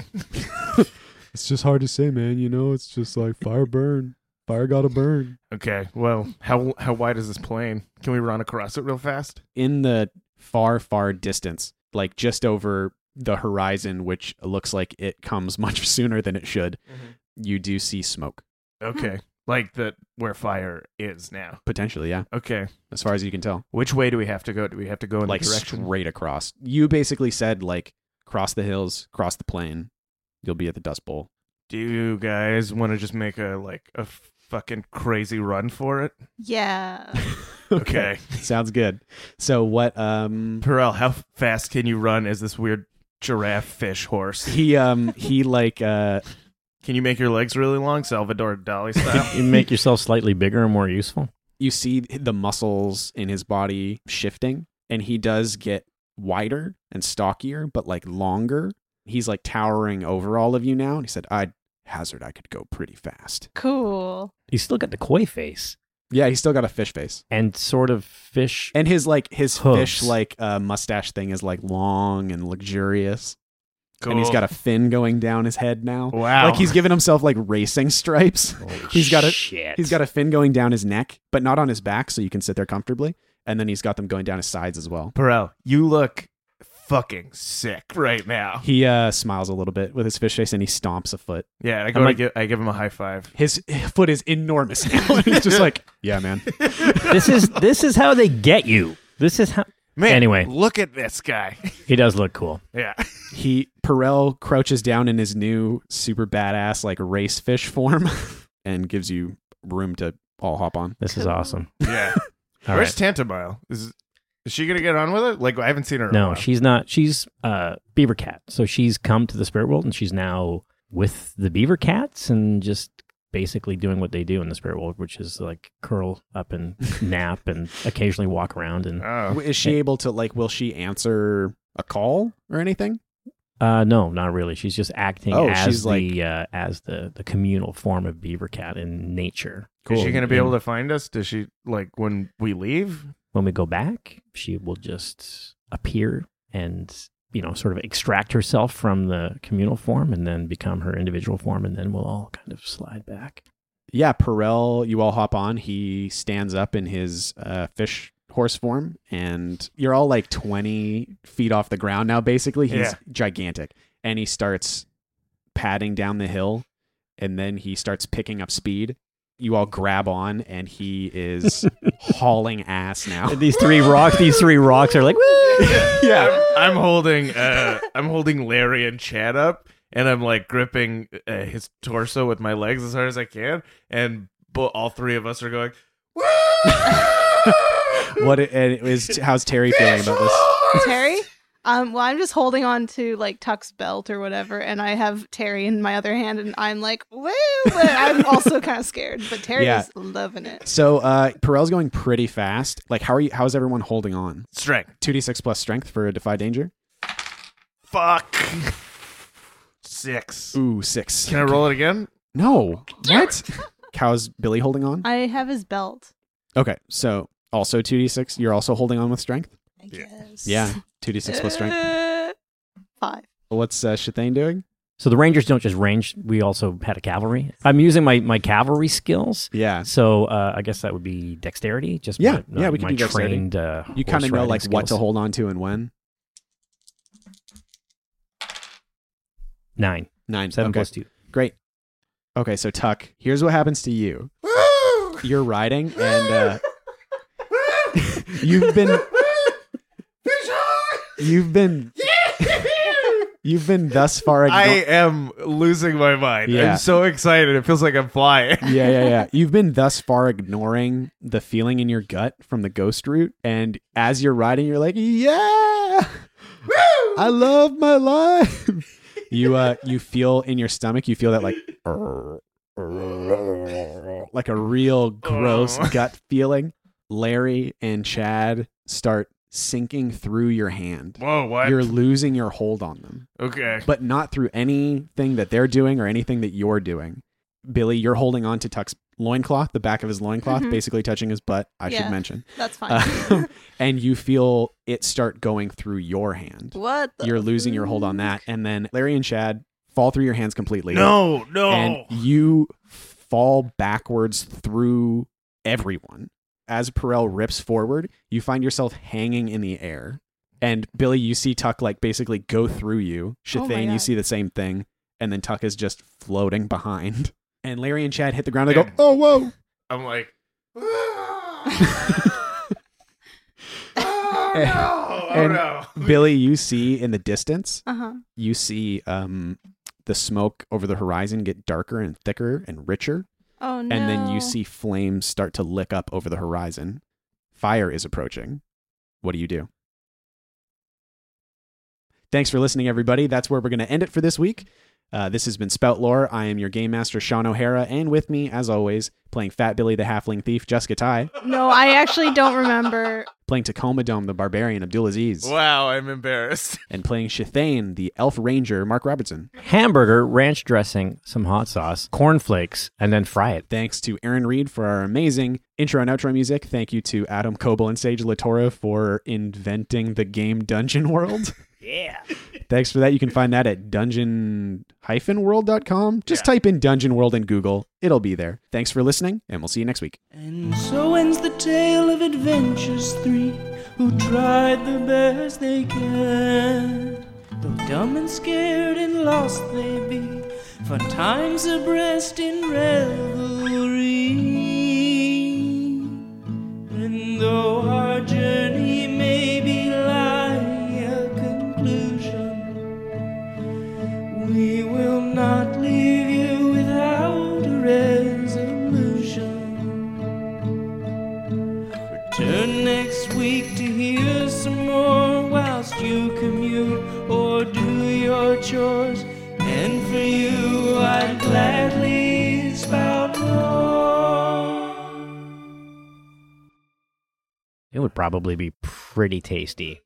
S2: It's just hard to say, man. You know, it's just like fire burn. Fire gotta burn.
S4: Okay. Well, how how wide is this plane? Can we run across it real fast?
S2: In the far, far distance, like just over the horizon, which looks like it comes [laughs] much sooner than it should,
S4: Mm-hmm.
S2: you do see smoke
S3: Hmm.
S4: Okay. Like the where fire is now.
S2: potentially. Yeah,
S4: Okay.
S2: as far as you can tell.
S4: Which way do we have to go? Do we have to go in
S2: like
S4: the direction?
S2: straight across. You basically said like cross the hills, cross the plain, you'll be at the Dust
S4: [laughs]
S2: Bowl.
S4: Do you guys want to just make a like a fucking crazy run for it?
S3: Yeah,
S4: [laughs] Okay.
S2: sounds good. So what? Um,
S4: Perel, how fast can you run as this weird giraffe fish horse?
S2: he um he like uh
S4: Can you make your legs really long, Salvador [laughs] Dali style?
S5: You make yourself slightly bigger and more useful.
S2: you see the muscles in his body shifting, and he does get wider and stockier, but like longer. He's like towering over all of you now, and he said, "I'd hazard I could go pretty fast."
S3: cool.
S5: He's still got the koi face
S2: Yeah, he's still got a fish face.
S5: and sort of fish.
S2: And his like his
S5: Hooves.
S2: fish like uh, mustache thing is like long and luxurious.
S4: cool.
S2: and he's got a fin going down his head now.
S4: wow.
S2: Like he's giving himself like racing stripes. He's got a-
S5: Shit.
S2: He's got
S5: [laughs]
S2: a fin going down his neck, but not on his back, so you can sit there comfortably. And then he's got them going down his sides as well.
S4: Perel, you look fucking sick right now.
S2: He uh, smiles a little bit with his fish face, and he stomps a foot.
S4: Yeah, I go to
S5: I'm like-
S4: give, I give him a high five.
S2: His [laughs] foot is enormous now. [laughs] and he's just like, yeah, man.
S5: this is this is how they get you. This is how
S4: Man,
S5: Anyway.
S4: look at this guy. [laughs]
S5: he does look cool.
S4: yeah.
S2: He Perel crouches down in his new super badass like race fish form, [laughs] and gives you room to all hop on.
S5: This is
S3: Cool.
S5: awesome.
S4: [laughs] Yeah.
S5: All
S4: Where's
S5: right.
S4: Tantamile? Is is she gonna get on with it? Like I haven't seen her. in a
S5: No,
S4: while.
S5: she's not. She's uh beaver cat. So she's come to the spirit world and she's now with the beaver cats and just basically doing what they do in the spirit world, which is like curl up and [laughs] nap and occasionally walk around and
S4: Oh.
S2: Is she able to like? Will she answer a call or anything?
S5: Uh, no, not really. She's just acting
S2: Oh,
S5: as
S2: she's
S5: the
S2: like-
S5: uh, as the the communal form of beaver cat in nature.
S4: Is she gonna be able to find us? Does she like when we leave?
S5: When we go back, she will just appear and you know sort of extract herself from the communal form and then become her individual form, and then we'll all kind of slide back.
S2: yeah, Perel, you all hop on. He stands up in his uh, fish horse form, and you're all like 20 feet off the ground now, basically. He's
S4: Yeah.
S2: gigantic. And he starts padding down the hill, and then he starts picking up speed. You all grab on, and he is hauling ass now.
S5: these three rocks, these three rocks are like,
S4: [laughs] Yeah. I'm, I'm holding uh I'm holding Larry and Chad up and I'm like gripping uh, his torso with my legs as hard as I can and bo- all three of us are going
S2: What it, and it was, how's Terry feeling about this? [laughs]
S3: Terry? Um, well, I'm just holding on to like Tuck's belt or whatever, and I have Terry in my other hand, and I'm like, woo! But I'm also kind of scared, but Terry
S2: Yeah.
S3: is loving it.
S2: So, uh, Perel's going pretty fast. Like, how are you? How is everyone holding on?
S4: strength.
S2: 2d6 plus strength for a defy danger?
S4: Fuck. Six.
S2: Ooh, six.
S4: Can I roll it again?
S2: No. What? How's Billy holding on?
S3: I have his belt,
S2: Okay, so also 2d6. You're also holding on with strength?
S3: I guess.
S2: Yeah, 2d6
S3: [laughs]
S2: plus strength.
S3: Uh, Five.
S2: What's uh, Shathane doing?
S5: so the rangers don't just range. We also had a cavalry. I'm using my my cavalry skills.
S2: Yeah.
S5: So uh, I guess that would be dexterity. Just
S2: Yeah,
S5: my,
S2: yeah, we can
S5: my
S2: do dexterity.
S5: trained. Uh,
S2: You kind of
S5: horse
S2: know
S5: riding
S2: like what to
S5: skills.
S2: hold on to and when.
S5: Nine,
S2: Nine.
S5: seven
S2: okay.
S5: plus two.
S2: Great. Okay, so Tuck, here's what happens to you. You're riding and uh, you've been you've been [laughs] you've been thus far igno-
S4: I am losing my mind.
S2: Yeah.
S4: I'm so excited. It feels like I'm flying.
S2: yeah, yeah, yeah. You've been thus far ignoring the feeling in your gut from the ghost route, and as you're riding, you're like, "Yeah, I [laughs] love my life." You uh, you feel in your stomach, you feel that like [laughs] like a real gross
S4: Oh.
S2: gut feeling. Larry and Chad start sinking through your hand.
S4: [laughs] Whoa, what?
S2: You're losing your hold on them,
S4: okay.
S2: but not through anything that they're doing or anything that you're doing. Billy, you're holding on to Tuck's loincloth, the back of his loincloth,
S3: Mhm.
S2: basically touching his butt, I should
S3: Yeah.
S2: mention.
S3: That's fine.
S2: Um, and you feel it start going through your hand.
S3: [laughs] what? the
S2: You're losing your hold on that. And then Larry and Chad fall through your hands completely.
S4: No, no.
S3: Oh.
S2: And you fall backwards through everyone. As Perel rips forward, you find yourself hanging in the air. And Billy, you see Tuck like basically go through you.
S3: Oh my
S2: Shathane, you
S3: God.
S2: see the same thing. And then Tuck is just floating behind. [laughs] And Larry and Chad hit the ground. They go,
S4: Yeah.
S2: oh, whoa. [laughs]
S4: I'm like, oh no, oh
S2: And-
S4: no.
S2: Billy, you see in the distance
S3: Uh-huh.
S2: you see um, the smoke over the horizon get darker and thicker and richer,
S3: Oh no.
S2: and then you see flames start to lick up over the horizon. Fire is approaching. What do you do? Thanks for listening, everybody. That's where we're going to end it for this week. Uh, this has been Spout Lore. I am your game master, Sean O'Hara, and with me, as always, playing Fat Billy the Halfling Thief, Jessica Ty,
S3: No, I actually don't remember.
S2: playing Tacoma Dome the Barbarian, Abdulaziz,
S4: Wow, I'm embarrassed.
S2: and playing Shathane the Elf Ranger, Mark Robertson.
S5: Hamburger, ranch dressing, some hot sauce, cornflakes, and then fry it.
S2: Thanks to Aaron Reed for our amazing intro and outro music. Thank you to Adam Coble and Sage Latoro for inventing the game Dungeon World. yeah. Thanks for that. You can find that at dungeon-world.com. Just type in Dungeon World in Google. It'll be there. Thanks for listening, and we'll see you next week.
S1: And so ends the tale of adventures three who tried the best they can. Though dumb and scared and lost they be, for time's abreast in revelry. And though our journey may be lying a conclusion, we will not leave you without a resolution. Return next week to hear some more whilst you commute or do your chores. And for you, I'd gladly spout more.
S5: It would probably be pretty tasty.